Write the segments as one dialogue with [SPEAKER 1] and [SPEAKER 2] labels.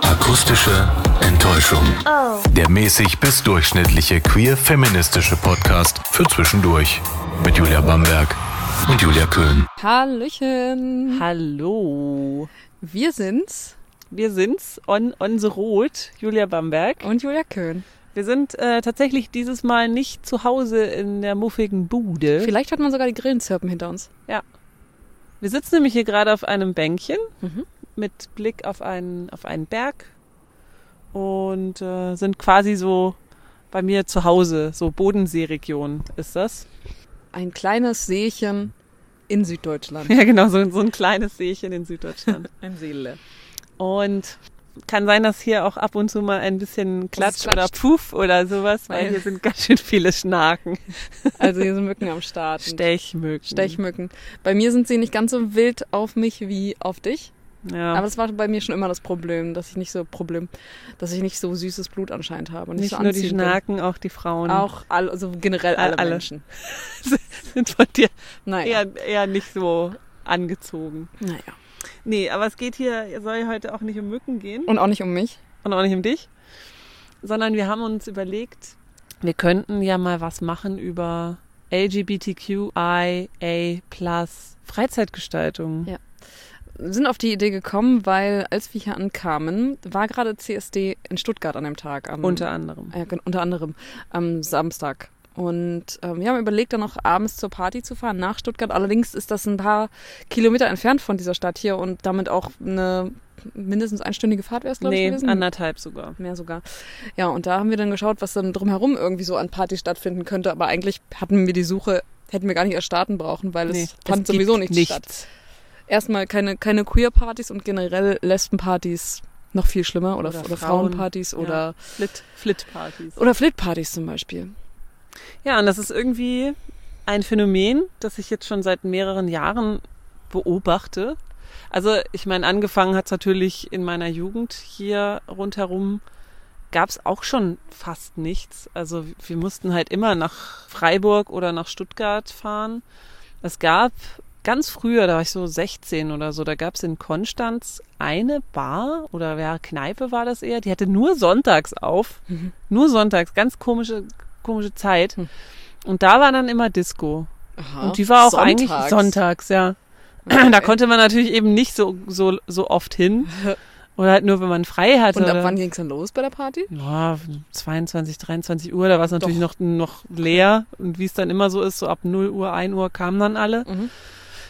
[SPEAKER 1] Akustische Enttäuschung. Der mäßig bis durchschnittliche queer-feministische Podcast für zwischendurch. Mit Julia Bamberg und Julia Köhn.
[SPEAKER 2] Hallöchen.
[SPEAKER 3] Hallo,
[SPEAKER 2] Wir sind's
[SPEAKER 3] wir sind's, on, on the road, Julia Bamberg.
[SPEAKER 2] und Julia Köhn.
[SPEAKER 3] Wir sind äh, tatsächlich dieses Mal nicht zu Hause in der muffigen Bude.
[SPEAKER 2] Vielleicht hört man sogar die Grillen zirpen hinter uns.
[SPEAKER 3] Wir sitzen nämlich hier gerade auf einem Bänkchen
[SPEAKER 2] Mhm.
[SPEAKER 3] mit Blick auf einen, auf einen Berg und äh, sind quasi so bei mir zu Hause, so Bodenseeregion ist das.
[SPEAKER 2] Ein kleines Seechen in Süddeutschland.
[SPEAKER 3] Ja genau, so, so ein kleines Seechen in Süddeutschland.
[SPEAKER 2] Ein Seele.
[SPEAKER 3] Und kann sein, dass hier auch ab und zu mal ein bisschen Klatsch oder
[SPEAKER 2] klatscht.
[SPEAKER 3] Puff oder sowas, weil
[SPEAKER 2] Weil-
[SPEAKER 3] hier sind ganz schön viele Schnaken.
[SPEAKER 2] Also hier sind Mücken am Start.
[SPEAKER 3] Stechmücken.
[SPEAKER 2] Stechmücken. Bei mir sind sie nicht ganz so wild auf mich wie auf dich.
[SPEAKER 3] Ja.
[SPEAKER 2] Aber das war bei mir schon immer das Problem, dass ich nicht so Problem, dass ich nicht so süßes Blut anscheinend habe und nicht,
[SPEAKER 3] nicht
[SPEAKER 2] so
[SPEAKER 3] nur die
[SPEAKER 2] anziehend bin.
[SPEAKER 3] Schnaken, auch die Frauen
[SPEAKER 2] Auch alle, also generell alle,
[SPEAKER 3] Alle.
[SPEAKER 2] Menschen.
[SPEAKER 3] sind von dir
[SPEAKER 2] Naja.
[SPEAKER 3] eher, eher nicht so angezogen.
[SPEAKER 2] naja.
[SPEAKER 3] Nee, aber es geht hier, soll heute auch nicht um Mücken gehen
[SPEAKER 2] Und auch nicht um mich.
[SPEAKER 3] und auch nicht um dich, sondern wir haben uns überlegt, wir könnten ja mal was machen über LGBTQIA Freizeitgestaltung.
[SPEAKER 2] Ja. sind auf die Idee gekommen, weil als wir hier ankamen, war gerade CSD in Stuttgart an dem Tag. Am,
[SPEAKER 3] Unter anderem.
[SPEAKER 2] äh, gen- unter anderem am Samstag. Und ähm, wir haben überlegt, dann noch abends zur Party zu fahren nach Stuttgart. Allerdings ist das ein paar Kilometer entfernt von dieser Stadt hier und damit auch eine mindestens einstündige Fahrt wäre es, glaube
[SPEAKER 3] Nee,
[SPEAKER 2] ich, gewesen.
[SPEAKER 3] anderthalb sogar.
[SPEAKER 2] Mehr sogar. Ja, und da haben wir dann geschaut, was dann drumherum irgendwie so an Partys stattfinden könnte. Aber eigentlich hatten wir die Suche, hätten wir gar nicht erst starten brauchen, weil
[SPEAKER 3] Nee,
[SPEAKER 2] es fand sowieso
[SPEAKER 3] gibt
[SPEAKER 2] nichts, nichts statt erstmal keine, keine Queer-Partys und generell Lesben-Partys noch viel schlimmer oder,
[SPEAKER 3] Oder
[SPEAKER 2] oder,
[SPEAKER 3] Frauen,
[SPEAKER 2] Frauenpartys
[SPEAKER 3] ja.
[SPEAKER 2] oder,
[SPEAKER 3] Flit, Flitpartys.
[SPEAKER 2] oder Flit-Partys zum Beispiel.
[SPEAKER 3] Ja, und das ist irgendwie ein Phänomen, das ich jetzt schon seit mehreren Jahren beobachte. Also ich meine, angefangen hat's natürlich in meiner Jugend hier rundherum, gab's auch schon fast nichts. Also wir mussten halt immer nach Freiburg oder nach Stuttgart fahren. Es gab ganz früher, da war ich so 16 oder so, da gab's in Konstanz eine Bar oder ja, Kneipe war das eher, die hatte nur sonntags auf. Nur sonntags, ganz komische, komische Zeit.
[SPEAKER 2] Hm.
[SPEAKER 3] Und da war dann immer Disco.
[SPEAKER 2] Aha.
[SPEAKER 3] Und die war auch
[SPEAKER 2] Sonntags.
[SPEAKER 3] eigentlich sonntags, ja.
[SPEAKER 2] Okay.
[SPEAKER 3] Da konnte man natürlich eben nicht so, so, so oft hin. Oder halt nur, wenn man frei hatte.
[SPEAKER 2] Und ab
[SPEAKER 3] oder-
[SPEAKER 2] wann ging's dann los bei der Party?
[SPEAKER 3] ja, 22, 23 Uhr, da war es natürlich noch,
[SPEAKER 2] Doch.
[SPEAKER 3] noch leer. Und wie es dann immer so ist, so ab 0 Uhr, 1 Uhr kamen dann alle.
[SPEAKER 2] Mhm.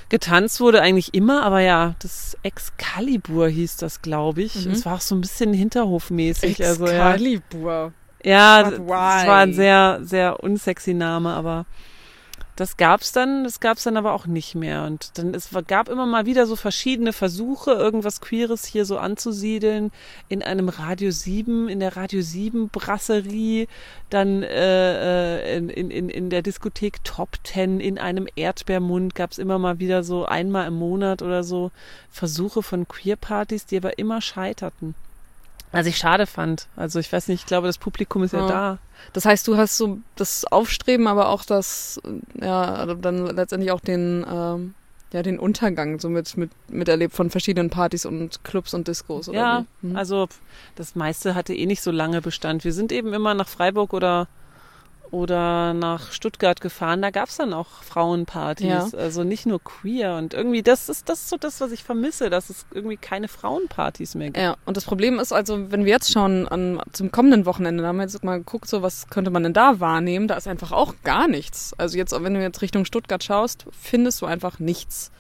[SPEAKER 3] Getanzt wurde eigentlich immer, aber ja, das Excalibur hieß das, glaube ich.
[SPEAKER 2] Mhm.
[SPEAKER 3] Es war auch so ein bisschen hinterhofmäßig. Also, ja,
[SPEAKER 2] Excalibur.
[SPEAKER 3] ja
[SPEAKER 2] But
[SPEAKER 3] das
[SPEAKER 2] why?
[SPEAKER 3] war ein sehr, sehr unsexy Name, aber das gab's dann, das gab's dann aber auch nicht mehr. Und dann es war- gab immer mal wieder so verschiedene Versuche, irgendwas Queeres hier so anzusiedeln in einem Radio 7, in der Radio 7 Brasserie, dann äh, äh, in, in, in- in der Diskothek Top 10, in einem Erdbeermund gab's immer mal wieder so einmal im Monat oder so Versuche von Queer-Partys, die aber immer scheiterten. Also ich schade fand. Also ich weiß nicht, ich glaube, das Publikum ist ja,
[SPEAKER 2] Ja.
[SPEAKER 3] da.
[SPEAKER 2] Das heißt, du hast so das Aufstreben, aber auch das, äh, ja, dann letztendlich auch den, ähm, ja, den Untergang so mit, mit, miterlebt von verschiedenen Partys und Clubs und Discos. Oder
[SPEAKER 3] Ja,
[SPEAKER 2] wie? Mhm.
[SPEAKER 3] also pf, das meiste hatte eh nicht so lange Bestand. Wir sind eben immer nach Freiburg oder oder nach Stuttgart gefahren, da gab's dann auch Frauenpartys,
[SPEAKER 2] Ja.
[SPEAKER 3] also nicht nur queer und irgendwie das ist das ist so das, was ich vermisse, dass es irgendwie keine Frauenpartys mehr gibt.
[SPEAKER 2] Ja, und das Problem ist also, wenn wir jetzt schauen an, zum kommenden Wochenende, da haben wir jetzt mal geguckt, so was könnte man denn da wahrnehmen, da ist einfach auch gar nichts. Also jetzt, wenn du jetzt Richtung Stuttgart schaust, findest du einfach nichts.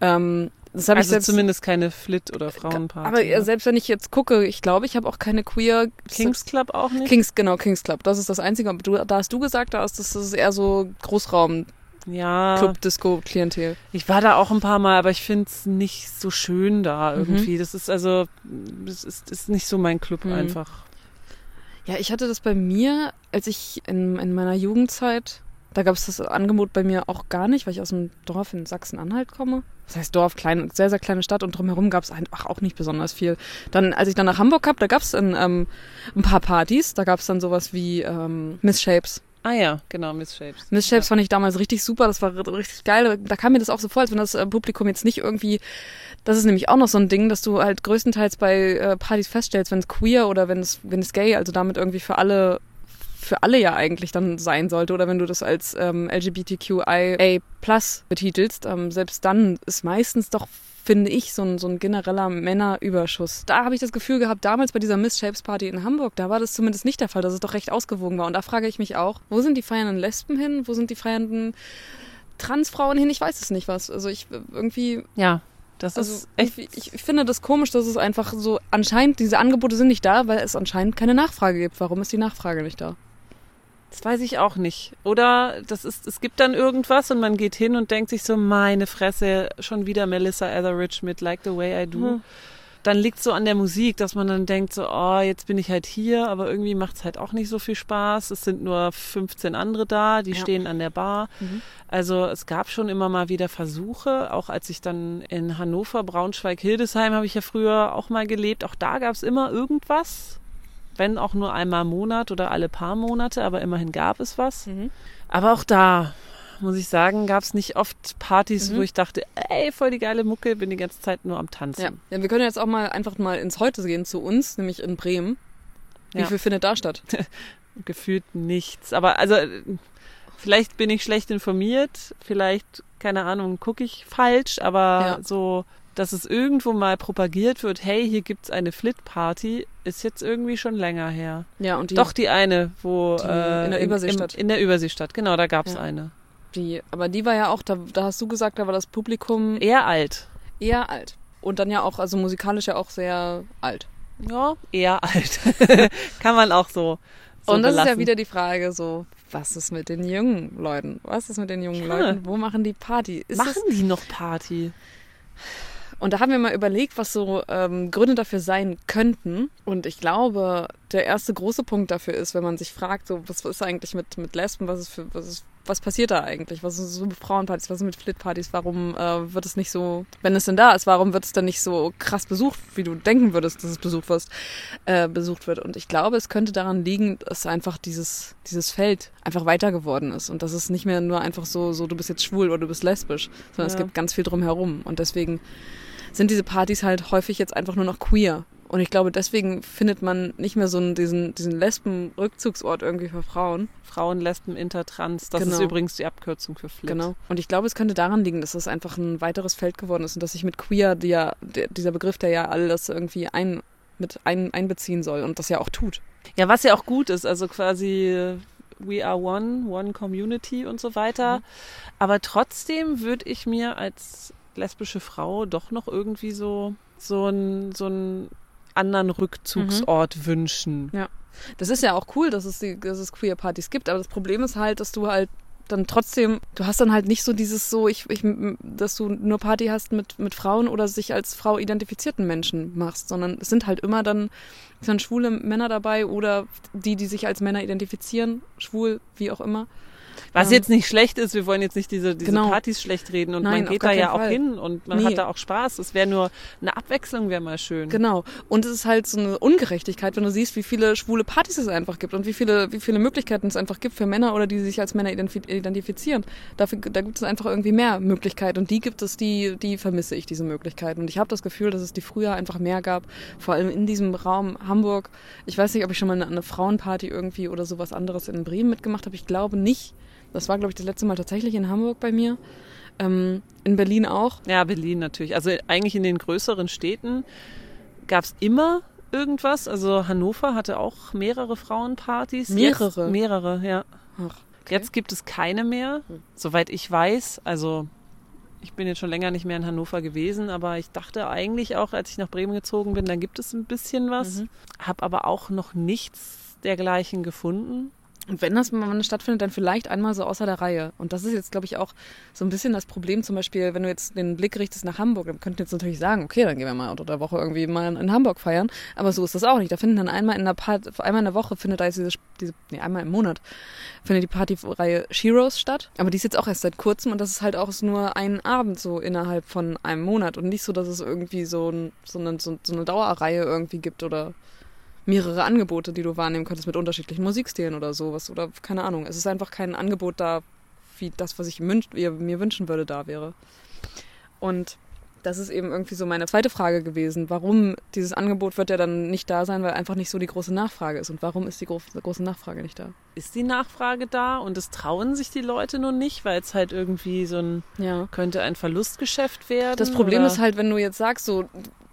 [SPEAKER 2] Ähm, das habe ich
[SPEAKER 3] also
[SPEAKER 2] selbst,
[SPEAKER 3] zumindest keine Flit oder ne? Frauenpartys.
[SPEAKER 2] aber äh, selbst wenn ich jetzt gucke, ich glaube, ich habe auch keine queer
[SPEAKER 3] Kings Club auch nicht.
[SPEAKER 2] Kings, genau, Kings Club. Das ist das Einzige. Aber du, da hast du gesagt, da ist das ist eher so Großraum,
[SPEAKER 3] ja,
[SPEAKER 2] Club, Disco, Klientel.
[SPEAKER 3] Ich war da auch ein paar Mal, aber ich find's nicht so schön da
[SPEAKER 2] Mhm.
[SPEAKER 3] irgendwie. Das ist also, das ist, ist nicht so mein Club
[SPEAKER 2] Mhm.
[SPEAKER 3] einfach.
[SPEAKER 2] Ja, ich hatte das bei mir, als ich in, in meiner Jugendzeit, da gab es das Angebot bei mir auch gar nicht, weil ich aus einem Dorf in Sachsen-Anhalt komme. Das heißt Dorf, klein, sehr, sehr kleine Stadt und drumherum gab es einfach auch nicht besonders viel. Dann, als ich dann nach Hamburg kam, da gab es dann, ähm, ein paar Partys. Da gab es dann sowas wie ähm, Miss Shapes.
[SPEAKER 3] Ah ja, genau, Misshapes.
[SPEAKER 2] Miss Shapes fand ich damals richtig super, das war r- richtig geil. Da kam mir das auch so vor, als wenn das äh, Publikum jetzt nicht irgendwie, das ist nämlich auch noch so ein Ding, dass du halt größtenteils bei äh, Partys feststellst, wenn es queer oder wenn es wenn es gay, also damit irgendwie für alle für alle ja eigentlich dann sein sollte oder wenn du das als ähm, LGBTQIA+ betitelst, ähm, selbst dann ist meistens doch finde ich so ein so ein genereller Männerüberschuss. Da habe ich das Gefühl gehabt, damals bei dieser Miss Shapes Party in Hamburg, da war das zumindest nicht der Fall, dass es doch recht ausgewogen war und da frage ich mich auch, wo sind die feiernden Lesben hin? Wo sind die feiernden Transfrauen hin? Ich weiß es nicht was. Also ich irgendwie
[SPEAKER 3] Ja, das
[SPEAKER 2] also
[SPEAKER 3] ist echt.
[SPEAKER 2] ich, ich finde das komisch, dass es einfach so anscheinend, diese Angebote sind nicht da, weil es anscheinend keine Nachfrage gibt. Warum ist die Nachfrage nicht da?
[SPEAKER 3] Das weiß ich auch nicht. Oder das ist, es gibt dann irgendwas und man geht hin und denkt sich so, meine Fresse, schon wieder Melissa Etheridge mit Like the Way I Do.
[SPEAKER 2] Hm.
[SPEAKER 3] Dann liegt so an der Musik, dass man dann denkt so, oh, jetzt bin ich halt hier, aber irgendwie macht's halt auch nicht so viel Spaß. Es sind nur 15 andere da, die
[SPEAKER 2] Ja.
[SPEAKER 3] stehen an der Bar.
[SPEAKER 2] Mhm.
[SPEAKER 3] Also es gab schon immer mal wieder Versuche, auch als ich dann in Hannover, Braunschweig, Hildesheim habe ich ja früher auch mal gelebt. Auch da gab's immer irgendwas, wenn auch nur einmal im Monat oder alle paar Monate, aber immerhin gab es was.
[SPEAKER 2] Mhm.
[SPEAKER 3] Aber auch da, muss ich sagen, gab es nicht oft Partys, wo
[SPEAKER 2] Mhm.
[SPEAKER 3] ich dachte, ey, voll die geile Mucke, bin die ganze Zeit nur am Tanzen.
[SPEAKER 2] Ja. ja, wir können jetzt auch mal einfach mal ins Heute gehen zu uns, nämlich in Bremen. Wie
[SPEAKER 3] Ja.
[SPEAKER 2] viel findet da statt?
[SPEAKER 3] Gefühlt nichts. Aber also, äh, vielleicht bin ich schlecht informiert, vielleicht, keine Ahnung, gucke ich falsch, aber
[SPEAKER 2] Ja.
[SPEAKER 3] so, dass es irgendwo mal propagiert wird, hey, hier gibt's eine Flit-Party, ist jetzt irgendwie schon länger her.
[SPEAKER 2] Ja, und die,
[SPEAKER 3] Doch die eine, wo.
[SPEAKER 2] Die
[SPEAKER 3] äh,
[SPEAKER 2] in der
[SPEAKER 3] im-
[SPEAKER 2] Überseestadt.
[SPEAKER 3] Im, in der Überseestadt, genau, da gab's
[SPEAKER 2] Ja.
[SPEAKER 3] eine.
[SPEAKER 2] die, aber die war ja auch, da, da hast du gesagt, da war das Publikum
[SPEAKER 3] Eher alt.
[SPEAKER 2] eher alt. Und dann ja auch, also musikalisch ja auch sehr alt.
[SPEAKER 3] Ja, eher alt. Kann man auch so. so
[SPEAKER 2] und das
[SPEAKER 3] belassen.
[SPEAKER 2] ist ja wieder die Frage so, was ist mit den jungen Leuten? Was ist mit den jungen
[SPEAKER 3] Ja.
[SPEAKER 2] Leuten? Wo machen die Party? Ist es
[SPEAKER 3] Machen die noch Party?
[SPEAKER 2] Und da haben wir mal überlegt, was so ähm, Gründe dafür sein könnten. Und ich glaube, der erste große Punkt dafür ist, wenn man sich fragt, so, was ist eigentlich mit, mit Lesben, was ist für, was ist, was passiert da eigentlich? Was ist so mit Frauenpartys, was ist mit Flitpartys? Warum äh, wird es nicht so, wenn es denn da ist, warum wird es dann nicht so krass besucht, wie du denken würdest, dass es besucht wirst, äh, besucht wird? Und ich glaube, es könnte daran liegen, dass einfach dieses, dieses Feld einfach weiter geworden ist und dass es nicht mehr nur einfach so, so du bist jetzt schwul oder du bist lesbisch, sondern es
[SPEAKER 3] Ja.
[SPEAKER 2] gibt ganz viel drumherum. Und deswegen sind diese Partys halt häufig jetzt einfach nur noch queer. Und ich glaube, deswegen findet man nicht mehr so einen, diesen, diesen Lesben-Rückzugsort irgendwie für Frauen.
[SPEAKER 3] Frauen, Lesben, Intertrans. Das ist
[SPEAKER 2] Genau.
[SPEAKER 3] übrigens die Abkürzung für Flit.
[SPEAKER 2] Genau. Und ich glaube, es könnte daran liegen, dass es einfach ein weiteres Feld geworden ist und dass sich mit queer, die ja, der, dieser Begriff, der ja alles irgendwie ein, mit ein, einbeziehen soll und das ja auch tut.
[SPEAKER 3] Ja, was ja auch gut ist. Also quasi äh, We are one, one community und so
[SPEAKER 2] Mhm.
[SPEAKER 3] weiter. Aber trotzdem würde ich mir als lesbische Frau doch noch irgendwie so, so einen, so einen anderen Rückzugsort
[SPEAKER 2] Mhm.
[SPEAKER 3] wünschen.
[SPEAKER 2] Das ist ja auch cool, dass es, die, dass es queer Partys gibt, aber das Problem ist halt, dass du halt dann trotzdem, du hast dann halt nicht so dieses so, ich, ich, dass du nur Party hast mit, mit Frauen oder sich als Frau identifizierten Menschen machst, sondern es sind halt immer dann, es sind schwule Männer dabei oder die, die sich als Männer identifizieren, schwul, wie auch immer.
[SPEAKER 3] Was
[SPEAKER 2] Ähm,
[SPEAKER 3] jetzt nicht schlecht ist, wir wollen jetzt nicht diese, diese
[SPEAKER 2] Genau.
[SPEAKER 3] Partys schlecht reden und
[SPEAKER 2] Nein,
[SPEAKER 3] man
[SPEAKER 2] auf
[SPEAKER 3] geht da
[SPEAKER 2] gar
[SPEAKER 3] ja
[SPEAKER 2] keinen
[SPEAKER 3] auch
[SPEAKER 2] Fall.
[SPEAKER 3] hin und man
[SPEAKER 2] Nee.
[SPEAKER 3] hat da auch Spaß. Es wäre nur eine Abwechslung, wäre mal schön.
[SPEAKER 2] Genau. Und es ist halt so eine Ungerechtigkeit, wenn du siehst, wie viele schwule Partys es einfach gibt und wie viele, wie viele Möglichkeiten es einfach gibt für Männer oder die sich als Männer identif- identifizieren. Dafür, da gibt es einfach irgendwie mehr Möglichkeiten und die gibt es, die, die vermisse ich, diese Möglichkeiten. Und ich habe das Gefühl, dass es die früher einfach mehr gab, vor allem in diesem Raum Hamburg. Ich weiß nicht, ob ich schon mal eine, eine Frauenparty irgendwie oder sowas anderes in Bremen mitgemacht habe. Ich glaube nicht. Das war, glaube ich, das letzte Mal tatsächlich in Hamburg bei mir. Ähm, in Berlin auch.
[SPEAKER 3] Ja, Berlin natürlich. Also eigentlich in den größeren Städten gab's immer irgendwas. Also Hannover hatte auch mehrere Frauenpartys.
[SPEAKER 2] Mehrere?
[SPEAKER 3] Jetzt, mehrere, ja.
[SPEAKER 2] Ach,
[SPEAKER 3] Jetzt gibt es keine mehr,
[SPEAKER 2] Hm.
[SPEAKER 3] soweit ich weiß. Also ich bin jetzt schon länger nicht mehr in Hannover gewesen, aber ich dachte eigentlich auch, als ich nach Bremen gezogen bin, da gibt es ein bisschen was.
[SPEAKER 2] Mhm.
[SPEAKER 3] Hab aber auch noch nichts dergleichen gefunden.
[SPEAKER 2] Und wenn das mal stattfindet, dann vielleicht einmal so außer der Reihe. Und das ist jetzt, glaube ich, auch so ein bisschen das Problem. Zum Beispiel, wenn du jetzt den Blick richtest nach Hamburg, dann könnten jetzt natürlich sagen, okay, dann gehen wir mal unter der Woche irgendwie mal in Hamburg feiern. Aber so ist das auch nicht. Da finden dann einmal in der Part, einmal in der Woche findet da jetzt diese, diese nee, einmal im Monat findet die Partyreihe Sheroes statt. Aber die ist jetzt auch erst seit kurzem und das ist halt auch nur ein Abend so innerhalb von einem Monat und nicht so, dass es irgendwie so, ein, so, eine, so, so eine Dauerreihe irgendwie gibt oder mehrere Angebote, die du wahrnehmen könntest mit unterschiedlichen Musikstilen oder sowas. Oder keine Ahnung. Es ist einfach kein Angebot da, wie das, was ich münsch, mir wünschen würde, da wäre. Und das ist eben irgendwie so meine zweite Frage gewesen. Warum dieses Angebot wird ja dann nicht da sein, weil einfach nicht so die große Nachfrage ist. Und warum ist die gro große Nachfrage nicht da?
[SPEAKER 3] Ist die Nachfrage da und es trauen sich die Leute nur nicht, weil es halt irgendwie so ein,
[SPEAKER 2] Ja.
[SPEAKER 3] könnte ein Verlustgeschäft werden?
[SPEAKER 2] Das Problem
[SPEAKER 3] oder?
[SPEAKER 2] ist halt, wenn du jetzt sagst, so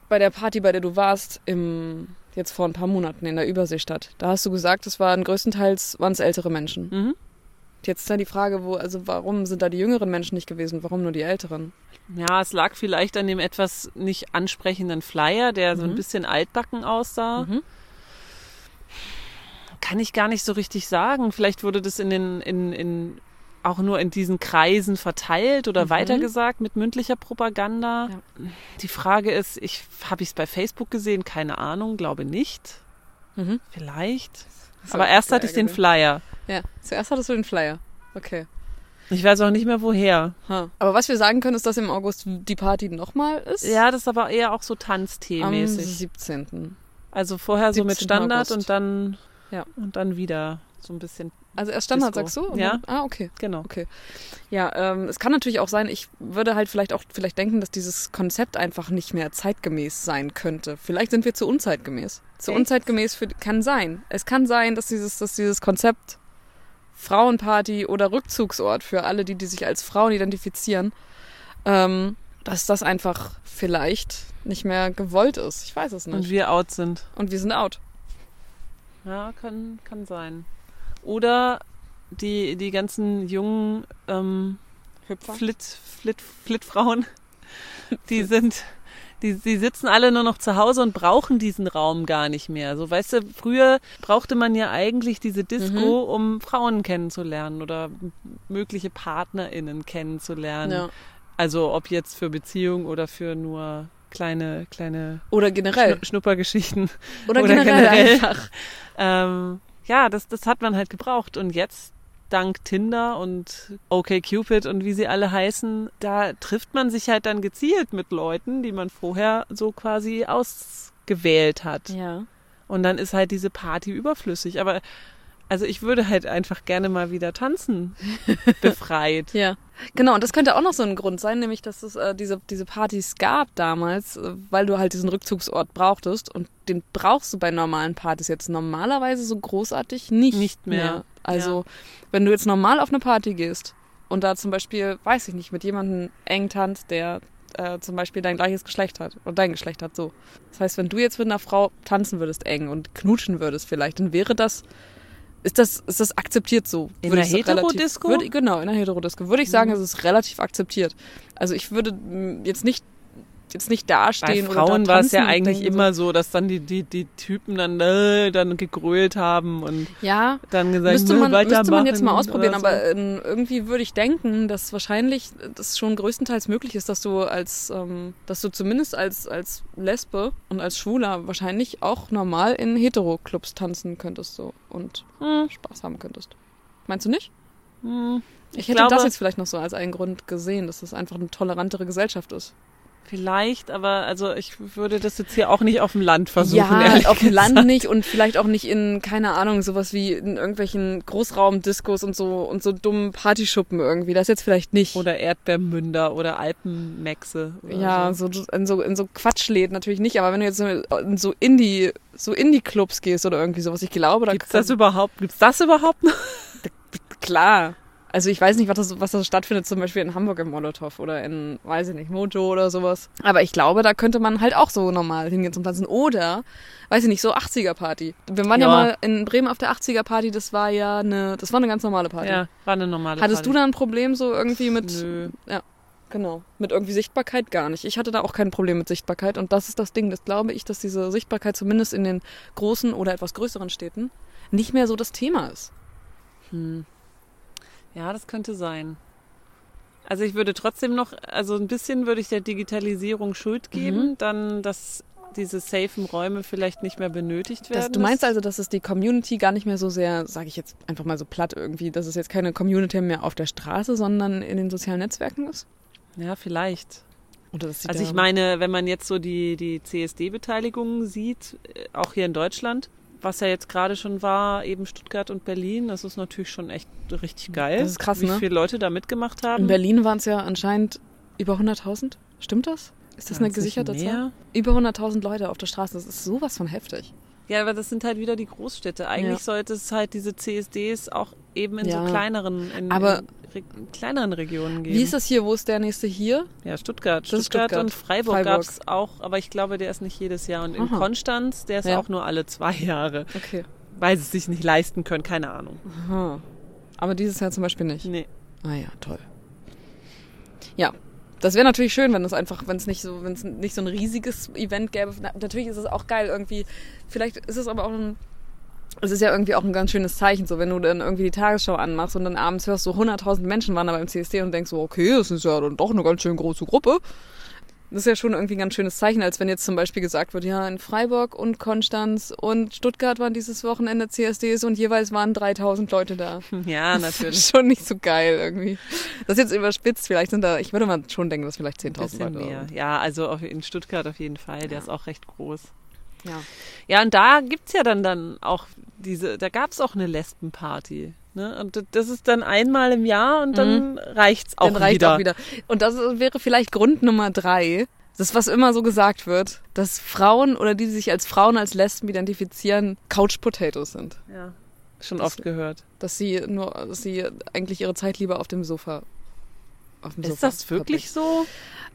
[SPEAKER 2] bei der Party, bei der du warst, im, jetzt vor ein paar Monaten in der Überseestadt, da hast du gesagt, es waren größtenteils waren's ältere Menschen.
[SPEAKER 3] Mhm.
[SPEAKER 2] Jetzt ist da die Frage, wo, also warum sind da die jüngeren Menschen nicht gewesen? Warum nur die älteren?
[SPEAKER 3] Ja, es lag vielleicht an dem etwas nicht ansprechenden Flyer, der so ein
[SPEAKER 2] Mhm.
[SPEAKER 3] bisschen altbacken aussah.
[SPEAKER 2] Mhm.
[SPEAKER 3] Kann ich gar nicht so richtig sagen. Vielleicht wurde das in den, in, in, auch nur in diesen Kreisen verteilt oder
[SPEAKER 2] Mhm.
[SPEAKER 3] weitergesagt mit mündlicher Propaganda.
[SPEAKER 2] Ja.
[SPEAKER 3] Die Frage ist, ich, habe ich es bei Facebook gesehen? Keine Ahnung, glaube nicht.
[SPEAKER 2] Mhm.
[SPEAKER 3] Vielleicht.
[SPEAKER 2] Das
[SPEAKER 3] Aber
[SPEAKER 2] hab ich
[SPEAKER 3] erst hatte ich den
[SPEAKER 2] gesehen.
[SPEAKER 3] Flyer.
[SPEAKER 2] Ja, zuerst hattest du den Flyer. Okay.
[SPEAKER 3] Ich weiß auch nicht mehr woher.
[SPEAKER 2] Ha. Aber was wir sagen können, ist, dass im August die Party nochmal ist.
[SPEAKER 3] Ja, das ist aber eher auch so
[SPEAKER 2] am
[SPEAKER 3] Tanztee-mäßig.
[SPEAKER 2] 17.
[SPEAKER 3] Also vorher so mit
[SPEAKER 2] 17.
[SPEAKER 3] Standard
[SPEAKER 2] August.
[SPEAKER 3] und dann
[SPEAKER 2] Ja.
[SPEAKER 3] und dann wieder so ein bisschen.
[SPEAKER 2] Also erst Standard,
[SPEAKER 3] Disco.
[SPEAKER 2] sagst du? und
[SPEAKER 3] Ja.
[SPEAKER 2] Dann, ah, okay.
[SPEAKER 3] Genau.
[SPEAKER 2] Ja, ähm, es kann natürlich auch sein, ich würde halt vielleicht auch vielleicht denken, dass dieses Konzept einfach nicht mehr zeitgemäß sein könnte. Vielleicht sind wir zu unzeitgemäß. Zu
[SPEAKER 3] Echt?
[SPEAKER 2] unzeitgemäß für, kann sein. Es kann sein, dass dieses, dass dieses Konzept Frauenparty oder Rückzugsort für alle, die, die sich als Frauen identifizieren, ähm, dass das einfach vielleicht nicht mehr gewollt ist. Ich weiß es
[SPEAKER 3] Und
[SPEAKER 2] nicht.
[SPEAKER 3] wir out sind.
[SPEAKER 2] Und wir sind out.
[SPEAKER 3] Ja, kann, kann sein. Oder die, die ganzen jungen ähm,
[SPEAKER 2] Hüpfer.
[SPEAKER 3] Flit, Flit, Flitfrauen, die sind, die, die sitzen alle nur noch zu Hause und brauchen diesen Raum gar nicht mehr. So, weißt du, früher brauchte man ja eigentlich diese Disco, um Frauen kennenzulernen oder m- mögliche PartnerInnen kennenzulernen.
[SPEAKER 2] Ja.
[SPEAKER 3] Also ob jetzt für Beziehung oder für nur kleine, kleine
[SPEAKER 2] Oder generell.
[SPEAKER 3] Schnu Schnuppergeschichten.
[SPEAKER 2] Oder,
[SPEAKER 3] oder
[SPEAKER 2] generell,
[SPEAKER 3] generell.
[SPEAKER 2] einfach.
[SPEAKER 3] Ähm, ja, das, das hat man halt gebraucht. Und jetzt, dank Tinder und OkCupid und wie sie alle heißen, da trifft man sich halt dann gezielt mit Leuten, die man vorher so quasi ausgewählt hat.
[SPEAKER 2] Ja.
[SPEAKER 3] Und dann ist halt diese Party überflüssig. Aber also ich würde halt einfach gerne mal wieder tanzen. Befreit.
[SPEAKER 2] Ja, genau. Und das könnte auch noch so ein Grund sein, nämlich, dass es äh, diese, diese Partys gab damals, äh, weil du halt diesen Rückzugsort brauchtest. Und den brauchst du bei normalen Partys jetzt normalerweise so großartig nicht,
[SPEAKER 3] Nicht mehr.
[SPEAKER 2] Also, wenn du jetzt normal auf eine Party gehst und da zum Beispiel, weiß ich nicht, mit jemandem eng tanzt, der äh, zum Beispiel dein gleiches Geschlecht hat oder dein Geschlecht hat, so. Das heißt, wenn du jetzt mit einer Frau tanzen würdest eng und knutschen würdest vielleicht, dann wäre das, ist das, ist das akzeptiert so?
[SPEAKER 3] In
[SPEAKER 2] Würde
[SPEAKER 3] einer
[SPEAKER 2] ich so relativ-
[SPEAKER 3] Heterodisco? Mhm.
[SPEAKER 2] Würde, genau, in einer Heterodisco. Würde ich sagen, es ist relativ akzeptiert. Also ich würde mm, jetzt nicht, jetzt nicht
[SPEAKER 3] Bei
[SPEAKER 2] dastehen oder
[SPEAKER 3] Frauen
[SPEAKER 2] da
[SPEAKER 3] war es ja
[SPEAKER 2] tanzen und
[SPEAKER 3] eigentlich
[SPEAKER 2] denken so-
[SPEAKER 3] immer so, dass dann die, die, die Typen dann, äh, dann gegrölt haben und
[SPEAKER 2] Ja,
[SPEAKER 3] dann gesagt,
[SPEAKER 2] müsste
[SPEAKER 3] "Nö,
[SPEAKER 2] man, müsste man jetzt mal
[SPEAKER 3] weitermachen"
[SPEAKER 2] ausprobieren,
[SPEAKER 3] oder so.
[SPEAKER 2] aber ähm, irgendwie würde ich denken, dass wahrscheinlich das schon größtenteils möglich ist, dass du als, ähm, dass du zumindest als, als Lesbe und als Schwuler wahrscheinlich auch normal in Hetero-Clubs tanzen könntest so und
[SPEAKER 3] Hm,
[SPEAKER 2] Spaß haben könntest. Meinst du nicht?
[SPEAKER 3] hm.
[SPEAKER 2] Ich,
[SPEAKER 3] Ich
[SPEAKER 2] hätte
[SPEAKER 3] glaube-
[SPEAKER 2] das jetzt vielleicht noch so als einen Grund gesehen, dass das einfach eine tolerantere Gesellschaft ist.
[SPEAKER 3] Vielleicht, aber also ich würde das jetzt hier auch nicht auf dem Land versuchen. ehrlich
[SPEAKER 2] ja, auf dem
[SPEAKER 3] gesagt.
[SPEAKER 2] Land nicht und vielleicht auch nicht in, keine Ahnung, sowas wie in irgendwelchen Großraumdiskos und so und so dummen Partyschuppen irgendwie. Das jetzt vielleicht nicht.
[SPEAKER 3] Oder Erdbeermünder oder Alpenmexe. Oder
[SPEAKER 2] ja,
[SPEAKER 3] so.
[SPEAKER 2] so, in so in so Quatschläden natürlich nicht, aber wenn du jetzt so in so Indie, so Indie-Clubs gehst oder irgendwie sowas, ich glaube, da
[SPEAKER 3] Gibt's das überhaupt? Gibt's das überhaupt noch?
[SPEAKER 2] klar. Also ich weiß nicht, was das, was das stattfindet, zum Beispiel in Hamburg im Molotow oder in, weiß ich nicht, Mojo oder sowas. Aber ich glaube, da könnte man halt auch so normal hingehen zum Tanzen. Oder, weiß ich nicht, so 80er-Party. Wir waren ja.
[SPEAKER 3] Ja.
[SPEAKER 2] mal in Bremen auf der 80er-Party, das war ja eine, das war eine ganz normale Party.
[SPEAKER 3] Ja, war eine normale
[SPEAKER 2] Hattest
[SPEAKER 3] Party.
[SPEAKER 2] du da ein Problem so irgendwie mit,
[SPEAKER 3] Nö.
[SPEAKER 2] genau, mit irgendwie Sichtbarkeit gar nicht. Ich hatte da auch kein Problem mit Sichtbarkeit und das ist das Ding, das glaube ich, dass diese Sichtbarkeit zumindest in den großen oder etwas größeren Städten nicht mehr so das Thema ist.
[SPEAKER 3] Hm. Ja, das könnte sein. Also ich würde trotzdem noch, also ein bisschen würde ich der Digitalisierung Schuld
[SPEAKER 2] Mhm.
[SPEAKER 3] geben, dann, dass diese safen Räume vielleicht nicht mehr benötigt werden.
[SPEAKER 2] Das, du meinst also, dass es die Community gar nicht mehr so sehr, sage ich jetzt einfach mal so platt irgendwie, dass es jetzt keine Community mehr auf der Straße, sondern in den sozialen Netzwerken ist?
[SPEAKER 3] Ja, vielleicht.
[SPEAKER 2] Oder dass die
[SPEAKER 3] Also
[SPEAKER 2] da-
[SPEAKER 3] ich meine, wenn man jetzt so die, die CSD-Beteiligung sieht, äh, auch hier in Deutschland, was ja jetzt gerade schon war, eben Stuttgart und Berlin, das ist natürlich schon echt richtig geil.
[SPEAKER 2] Das ist krass,
[SPEAKER 3] wie
[SPEAKER 2] ne?
[SPEAKER 3] viele Leute da mitgemacht haben.
[SPEAKER 2] In Berlin waren es ja anscheinend über 100.000. Stimmt das? Ist das eine
[SPEAKER 3] 20
[SPEAKER 2] gesicherte
[SPEAKER 3] mehr.
[SPEAKER 2] Zahl? Über 100.000 Leute auf der Straße. Das ist sowas von heftig.
[SPEAKER 3] Ja, aber das sind halt wieder die Großstädte. Eigentlich
[SPEAKER 2] Ja.
[SPEAKER 3] sollte es halt diese CSDs auch eben in
[SPEAKER 2] Ja.
[SPEAKER 3] so kleineren, in,
[SPEAKER 2] Aber-
[SPEAKER 3] in re kleineren Regionen geben.
[SPEAKER 2] Wie ist das hier? Wo ist der nächste hier?
[SPEAKER 3] Ja, Stuttgart.
[SPEAKER 2] Das ist
[SPEAKER 3] Stuttgart,
[SPEAKER 2] Stuttgart.
[SPEAKER 3] und Freiburg,
[SPEAKER 2] Freiburg.
[SPEAKER 3] gab's auch, aber ich glaube, der ist nicht jedes Jahr. Und in
[SPEAKER 2] Aha.
[SPEAKER 3] Konstanz, der ist
[SPEAKER 2] Ja.
[SPEAKER 3] auch nur alle zwei Jahre,
[SPEAKER 2] Okay.
[SPEAKER 3] weil sie es sich nicht leisten können, keine Ahnung.
[SPEAKER 2] Aha. Aber dieses Jahr zum Beispiel nicht.
[SPEAKER 3] Nee.
[SPEAKER 2] Ah ja, toll. Ja, das wäre natürlich schön, wenn es einfach, wenn es nicht so, wenn es nicht so ein riesiges Event gäbe. Na, natürlich ist es auch geil irgendwie. Vielleicht ist es aber auch ein es ist ja irgendwie auch ein ganz schönes Zeichen, so wenn du dann irgendwie die Tagesschau anmachst und dann abends hörst, so 100.000 Menschen waren da beim CSD und denkst so, okay, das ist ja dann doch eine ganz schön große Gruppe. Das ist ja schon irgendwie ein ganz schönes Zeichen, als wenn jetzt zum Beispiel gesagt wird, ja, in Freiburg und Konstanz und Stuttgart waren dieses Wochenende CSDs und jeweils waren 3.000 Leute da.
[SPEAKER 3] Ja,
[SPEAKER 2] Das
[SPEAKER 3] natürlich.
[SPEAKER 2] ist schon nicht so geil irgendwie. Das ist jetzt überspitzt, vielleicht sind da, ich würde mal schon denken, dass vielleicht
[SPEAKER 3] Ein
[SPEAKER 2] 10.000
[SPEAKER 3] bisschen
[SPEAKER 2] Leute da
[SPEAKER 3] mehr.
[SPEAKER 2] sind.
[SPEAKER 3] Ja, also auf, in Stuttgart auf jeden Fall. Der ist auch recht groß.
[SPEAKER 2] Ja.
[SPEAKER 3] Ja, und da gibt's ja dann, dann auch diese, da gab's auch eine Lesbenparty. Ne? Und d- das ist dann einmal im Jahr und dann reicht's auch
[SPEAKER 2] Mhm. Dann reicht
[SPEAKER 3] wieder.
[SPEAKER 2] auch wieder. Und das wäre vielleicht Grund Nummer drei, das was immer so gesagt wird, dass Frauen oder die, die sich als Frauen, als Lesben identifizieren, Couch Potatoes sind.
[SPEAKER 3] Ja. Schon
[SPEAKER 2] Das-
[SPEAKER 3] oft gehört.
[SPEAKER 2] Dass sie nur, dass sie eigentlich ihre Zeit lieber auf dem Sofa auf dem
[SPEAKER 3] Ist
[SPEAKER 2] Sofa
[SPEAKER 3] das wirklich so?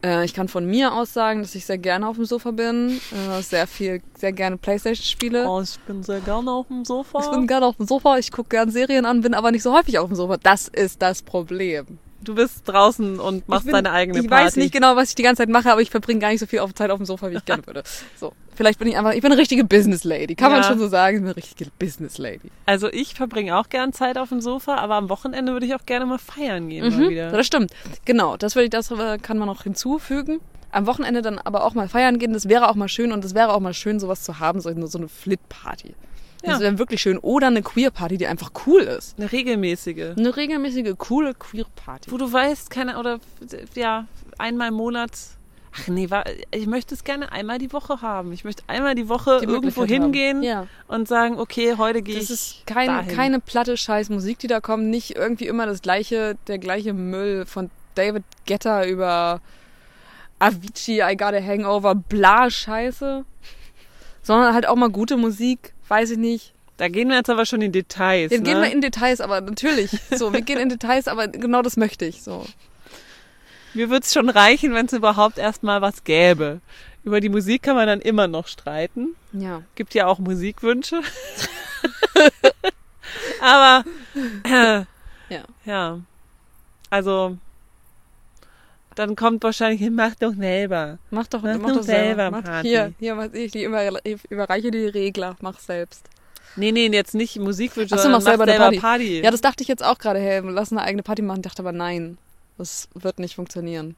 [SPEAKER 2] Äh, ich kann von mir aus sagen, dass ich sehr gerne auf dem Sofa bin, äh, sehr viel, sehr gerne Playstation spiele.
[SPEAKER 3] Oh, ich bin sehr gerne auf dem
[SPEAKER 2] Ich
[SPEAKER 3] Sofa.
[SPEAKER 2] bin gerne auf dem Sofa, ich gucke gerne Serien an, bin aber nicht so häufig auf dem Sofa. Das ist das Problem.
[SPEAKER 3] Du bist draußen und machst
[SPEAKER 2] ich bin,
[SPEAKER 3] deine eigene
[SPEAKER 2] Ich
[SPEAKER 3] Party.
[SPEAKER 2] weiß nicht genau, was ich die ganze Zeit mache, aber ich verbringe gar nicht so viel auf- Zeit auf dem Sofa, wie ich gerne würde. So, vielleicht bin ich einfach, ich bin eine richtige Business Lady. Kann man
[SPEAKER 3] Ja.
[SPEAKER 2] schon so sagen, ich bin eine richtige Business Lady.
[SPEAKER 3] Also ich verbringe auch gern Zeit auf dem Sofa, aber am Wochenende würde ich auch gerne mal feiern gehen mal
[SPEAKER 2] So,
[SPEAKER 3] wieder.
[SPEAKER 2] Mhm. das stimmt. Genau, das würde ich, das äh, kann man noch hinzufügen. Am Wochenende dann aber auch mal feiern gehen, das wäre auch mal schön und es wäre auch mal schön, sowas zu haben, so, so eine Flit-Party. Das
[SPEAKER 3] Ja.
[SPEAKER 2] wäre wirklich schön. Oder eine Queer-Party, die einfach cool ist.
[SPEAKER 3] Eine regelmäßige.
[SPEAKER 2] Eine regelmäßige, coole Queer-Party.
[SPEAKER 3] Wo du weißt, keine, oder ja, einmal im Monat. Ach nee, wa- ich möchte es gerne einmal die Woche haben. Ich möchte einmal die Woche
[SPEAKER 2] Die
[SPEAKER 3] irgendwo
[SPEAKER 2] Möglichkeit haben.
[SPEAKER 3] hingehen
[SPEAKER 2] Ja.
[SPEAKER 3] und sagen, okay, heute gehe ich.
[SPEAKER 2] Das ist kein,
[SPEAKER 3] dahin.
[SPEAKER 2] keine platte Scheiß Musik, die da kommt. Nicht irgendwie immer das gleiche, der gleiche Müll von David Guetta über Avicii, I Got a Hangover, bla Scheiße. Sondern halt auch mal gute Musik, weiß ich nicht.
[SPEAKER 3] Da gehen wir jetzt aber schon in Details.
[SPEAKER 2] Jetzt
[SPEAKER 3] ne?
[SPEAKER 2] gehen wir in Details, aber natürlich. So, wir gehen in Details, aber genau das möchte ich. So.
[SPEAKER 3] Mir würde es schon reichen, wenn es überhaupt erstmal was gäbe. Über die Musik kann man dann immer noch streiten.
[SPEAKER 2] Ja.
[SPEAKER 3] Gibt ja auch Musikwünsche. Aber äh,
[SPEAKER 2] Ja.
[SPEAKER 3] ja. Also dann kommt wahrscheinlich, mach doch selber.
[SPEAKER 2] Mach doch,
[SPEAKER 3] Mach
[SPEAKER 2] mach
[SPEAKER 3] doch
[SPEAKER 2] doch selber.
[SPEAKER 3] selber
[SPEAKER 2] mach,
[SPEAKER 3] Party.
[SPEAKER 2] hier, hier, was ich, die über, ich überreiche dir die Regler, mach selbst.
[SPEAKER 3] Nee, nee, jetzt nicht Musikwünsche,
[SPEAKER 2] Ach so,
[SPEAKER 3] sondern
[SPEAKER 2] mach selber eine
[SPEAKER 3] Party.
[SPEAKER 2] Party. Ja, das dachte ich jetzt auch gerade, hey, lass eine eigene Party machen. Dachte aber, nein, das wird nicht funktionieren.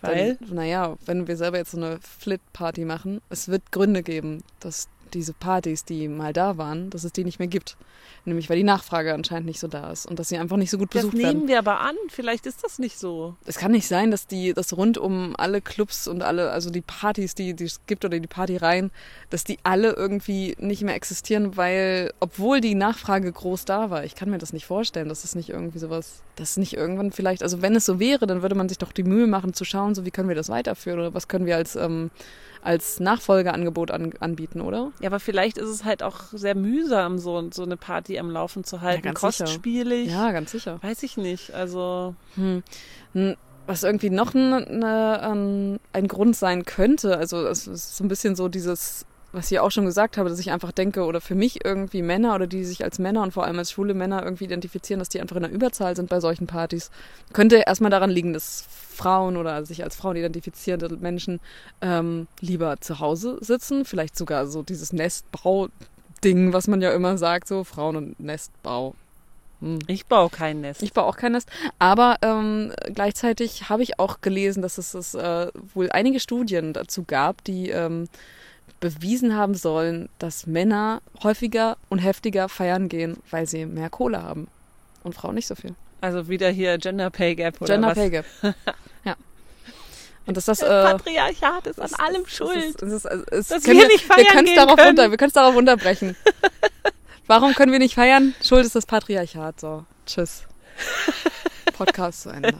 [SPEAKER 3] Weil?
[SPEAKER 2] Denn, naja, wenn wir selber jetzt so eine Flit-Party machen, es wird Gründe geben, dass diese Partys, die mal da waren, dass es die nicht mehr gibt. Nämlich, weil die Nachfrage anscheinend nicht so da ist und dass sie einfach nicht so gut
[SPEAKER 3] Das
[SPEAKER 2] besucht werden.
[SPEAKER 3] nehmen wir aber an. Vielleicht ist das nicht so.
[SPEAKER 2] Es kann nicht sein, dass die, dass rund um alle Clubs und alle, also die Partys, die, die es gibt oder die Partyreihen, dass die alle irgendwie nicht mehr existieren, weil, obwohl die Nachfrage groß da war, ich kann mir das nicht vorstellen, dass es nicht irgendwie sowas, dass es nicht irgendwann vielleicht, also wenn es so wäre, dann würde man sich doch die Mühe machen zu schauen, so wie können wir das weiterführen oder was können wir als, ähm, als Nachfolgeangebot an, anbieten, oder?
[SPEAKER 3] Ja, aber vielleicht ist es halt auch sehr mühsam, so, so eine Party am Laufen zu halten.
[SPEAKER 2] ganz sicher.
[SPEAKER 3] kostspielig.
[SPEAKER 2] Ja, ganz sicher.
[SPEAKER 3] Weiß ich nicht. Also
[SPEAKER 2] Hm, Was irgendwie noch ein, eine, ähm, ein Grund sein könnte, also es ist so ein bisschen so dieses, was ich auch schon gesagt habe, dass ich einfach denke, oder für mich irgendwie Männer oder die sich als Männer und vor allem als schwule Männer irgendwie identifizieren, dass die einfach in der Überzahl sind bei solchen Partys, könnte erstmal daran liegen, dass Frauen oder sich als Frauen identifizierende Menschen ähm, lieber zu Hause sitzen, vielleicht sogar so dieses Nestbau-Ding, was man ja immer sagt, so Frauen und Nestbau. Hm.
[SPEAKER 3] ich baue kein Nest.
[SPEAKER 2] Ich baue auch kein Nest. Aber ähm, gleichzeitig habe ich auch gelesen, dass es, es äh, wohl einige Studien dazu gab, die ähm, bewiesen haben sollen, dass Männer häufiger und heftiger feiern gehen, weil sie mehr Kohle haben. Und Frauen nicht so viel.
[SPEAKER 3] also wieder hier Gender Pay Gap oder
[SPEAKER 2] Gender
[SPEAKER 3] was?
[SPEAKER 2] Pay Gap. ja. Und dass das,
[SPEAKER 3] Das
[SPEAKER 2] äh,
[SPEAKER 3] Patriarchat ist an allem
[SPEAKER 2] Es ist,
[SPEAKER 3] schuld.
[SPEAKER 2] es ist, also es
[SPEAKER 3] Dass
[SPEAKER 2] können
[SPEAKER 3] wir nicht feiern
[SPEAKER 2] wir können's
[SPEAKER 3] gehen
[SPEAKER 2] darauf
[SPEAKER 3] können.
[SPEAKER 2] Runter, wir können es darauf unterbrechen. Warum können wir nicht feiern? Schuld ist das Patriarchat. So, tschüss. Podcast zu Ende.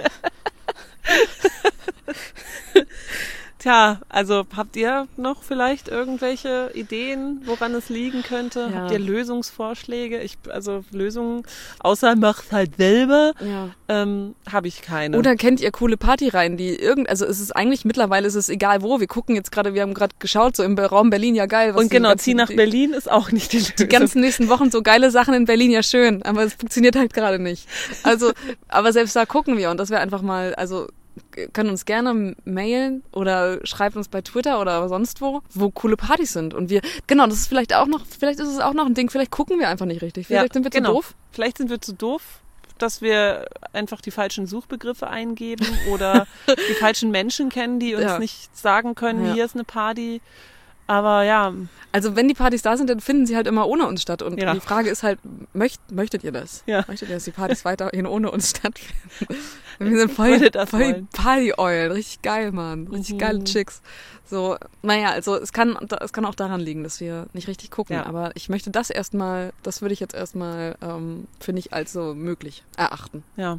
[SPEAKER 3] Tja, also habt ihr noch vielleicht irgendwelche Ideen, woran es liegen könnte?
[SPEAKER 2] Ja.
[SPEAKER 3] Habt ihr Lösungsvorschläge? Ich, also Lösungen, außer macht halt selber,
[SPEAKER 2] Ja.
[SPEAKER 3] ähm, habe ich keine.
[SPEAKER 2] Oder kennt ihr coole Partyreihen, die irgend, also es ist eigentlich mittlerweile ist es egal wo. Wir gucken jetzt gerade, wir haben gerade geschaut so im Raum Berlin, ja geil. was
[SPEAKER 3] Und
[SPEAKER 2] die
[SPEAKER 3] genau,
[SPEAKER 2] ganzen-
[SPEAKER 3] zieh nach
[SPEAKER 2] die-
[SPEAKER 3] Berlin ist auch nicht die Lösung.
[SPEAKER 2] Die ganzen nächsten Wochen so geile Sachen in Berlin, ja schön, aber es funktioniert halt gerade nicht. Also, aber selbst da gucken wir und das wäre einfach mal, also können uns gerne mailen oder schreibt uns bei Twitter oder sonst wo, wo coole Partys sind. Und wir, genau, das ist vielleicht auch noch, vielleicht ist es auch noch ein Ding, vielleicht gucken wir einfach nicht richtig. Vielleicht sind wir zu
[SPEAKER 3] genau.
[SPEAKER 2] doof.
[SPEAKER 3] Vielleicht sind wir zu doof, dass wir einfach die falschen Suchbegriffe eingeben oder die falschen Menschen kennen, die uns
[SPEAKER 2] Ja.
[SPEAKER 3] nicht sagen können,
[SPEAKER 2] Ja.
[SPEAKER 3] hier ist eine Party. Aber ja,
[SPEAKER 2] Also wenn die Partys da sind, dann finden sie halt immer ohne uns statt. Und
[SPEAKER 3] Ja.
[SPEAKER 2] die Frage ist halt, möcht, möchtet ihr das?
[SPEAKER 3] Ja.
[SPEAKER 2] Möchtet ihr, dass die Partys weiterhin ohne uns stattfinden? Wir sind
[SPEAKER 3] würde
[SPEAKER 2] voll,
[SPEAKER 3] das
[SPEAKER 2] voll
[SPEAKER 3] wollen.
[SPEAKER 2] Party-Eulen. Richtig geil, Mann. Richtig
[SPEAKER 3] Mhm.
[SPEAKER 2] geile Chicks. So, naja, also es kann, es kann auch daran liegen, dass wir nicht richtig gucken.
[SPEAKER 3] Ja.
[SPEAKER 2] Aber ich möchte das erstmal, das würde ich jetzt erstmal, ähm, finde ich, als so möglich erachten.
[SPEAKER 3] ja.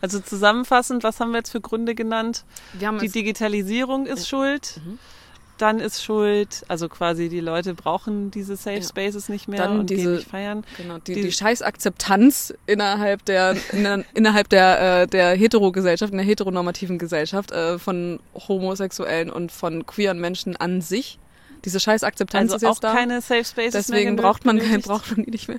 [SPEAKER 3] Also zusammenfassend, was haben wir jetzt für Gründe genannt?
[SPEAKER 2] Wir haben Mhm.
[SPEAKER 3] Die
[SPEAKER 2] jetzt,
[SPEAKER 3] Digitalisierung ist schuld. Dann ist schuld, also quasi die Leute brauchen diese Safe
[SPEAKER 2] Ja.
[SPEAKER 3] Spaces nicht mehr
[SPEAKER 2] Dann
[SPEAKER 3] und
[SPEAKER 2] diese-
[SPEAKER 3] gehen nicht feiern.
[SPEAKER 2] genau, die,
[SPEAKER 3] die-
[SPEAKER 2] die, scheiß Akzeptanz innerhalb der, in, innerhalb der, äh, der Heterogesellschaft, in der heteronormativen Gesellschaft äh, von Homosexuellen und von queeren Menschen an sich. Diese scheiß Akzeptanz ist
[SPEAKER 3] also
[SPEAKER 2] jetzt
[SPEAKER 3] auch
[SPEAKER 2] da.
[SPEAKER 3] keine Safe Spaces mehr.
[SPEAKER 2] Deswegen
[SPEAKER 3] genö-
[SPEAKER 2] braucht man, kein,
[SPEAKER 3] benötigt.
[SPEAKER 2] braucht man die nicht mehr.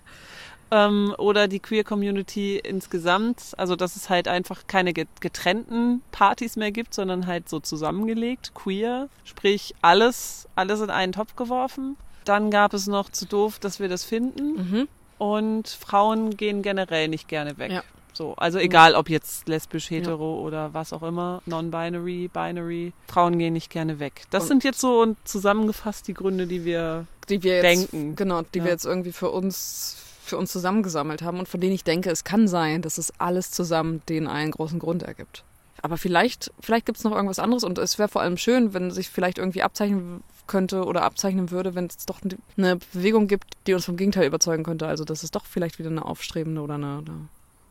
[SPEAKER 3] ähm, oder die Queer Community insgesamt. Also dass es halt einfach keine get- getrennten Partys mehr gibt, sondern halt so zusammengelegt, queer, sprich alles, alles in einen Topf geworfen. Dann gab es noch zu doof, dass wir das finden. Und Frauen gehen generell nicht gerne weg.
[SPEAKER 2] Ja. Mhm.
[SPEAKER 3] So, also egal ob jetzt lesbisch, hetero oder was auch immer, non-binary, binary, Frauen gehen nicht gerne weg. Das
[SPEAKER 2] Und-
[SPEAKER 3] sind jetzt so und zusammengefasst die Gründe, die wir
[SPEAKER 2] Die wir jetzt,
[SPEAKER 3] Denken.
[SPEAKER 2] Genau, die
[SPEAKER 3] Ja.
[SPEAKER 2] wir jetzt irgendwie für uns, für uns zusammengesammelt haben und von denen ich denke, es kann sein, dass es alles zusammen den einen großen Grund ergibt. Aber vielleicht, vielleicht gibt es noch irgendwas anderes und es wäre vor allem schön, wenn sich vielleicht irgendwie abzeichnen könnte oder abzeichnen würde, wenn es doch eine Bewegung gibt, die uns vom Gegenteil überzeugen könnte. Also dass es doch vielleicht wieder eine aufstrebende oder eine, eine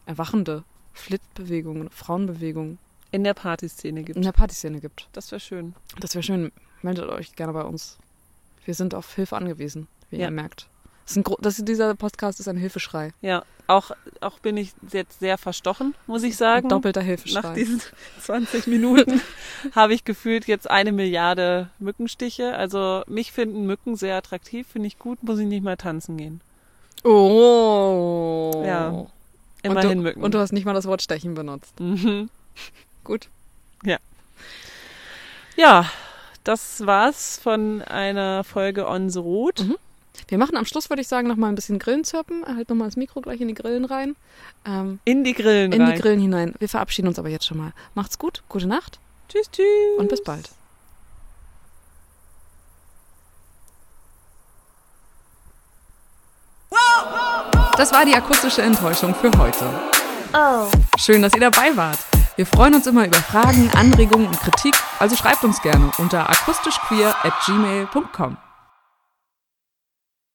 [SPEAKER 2] erwachende Flitbewegung, Frauenbewegung
[SPEAKER 3] in der Partyszene gibt.
[SPEAKER 2] in der Partyszene gibt.
[SPEAKER 3] Das wäre schön.
[SPEAKER 2] Das wäre schön. Meldet euch gerne bei uns. Wir sind auf Hilfe angewiesen, wie
[SPEAKER 3] Ja.
[SPEAKER 2] ihr merkt. Das ist ein gro das, dieser Podcast ist ein Hilfeschrei.
[SPEAKER 3] Ja, auch, auch bin ich jetzt sehr verstochen, muss ich sagen.
[SPEAKER 2] Ein doppelter
[SPEAKER 3] Nach
[SPEAKER 2] Hilfeschrei.
[SPEAKER 3] diesen 20 Minuten habe ich gefühlt jetzt eine Milliarde Mückenstiche. Also mich finden Mücken sehr attraktiv, finde ich gut, muss ich nicht mal tanzen gehen.
[SPEAKER 2] Oh.
[SPEAKER 3] Ja,
[SPEAKER 2] und du,
[SPEAKER 3] Immerhin Mücken.
[SPEAKER 2] Und du hast nicht mal das Wort Stechen benutzt.
[SPEAKER 3] mhm.
[SPEAKER 2] Gut.
[SPEAKER 3] Ja, das war's von einer Folge On the Road.
[SPEAKER 2] Wir machen am Schluss, würde ich sagen, nochmal ein bisschen Grillenzirpen. Halt nochmal das Mikro gleich in die Grillen rein. Ähm,
[SPEAKER 3] In die Grillen
[SPEAKER 2] in
[SPEAKER 3] rein.
[SPEAKER 2] die Grillen hinein. Wir verabschieden uns aber jetzt schon mal. Macht's gut, gute Nacht
[SPEAKER 3] Tschüss, tschüss.
[SPEAKER 2] und bis bald. Das war die akustische Enttäuschung für heute. Schön, dass ihr dabei wart. Wir freuen uns immer über Fragen, Anregungen und Kritik, also schreibt uns gerne unter akustischqueer@gmail.com.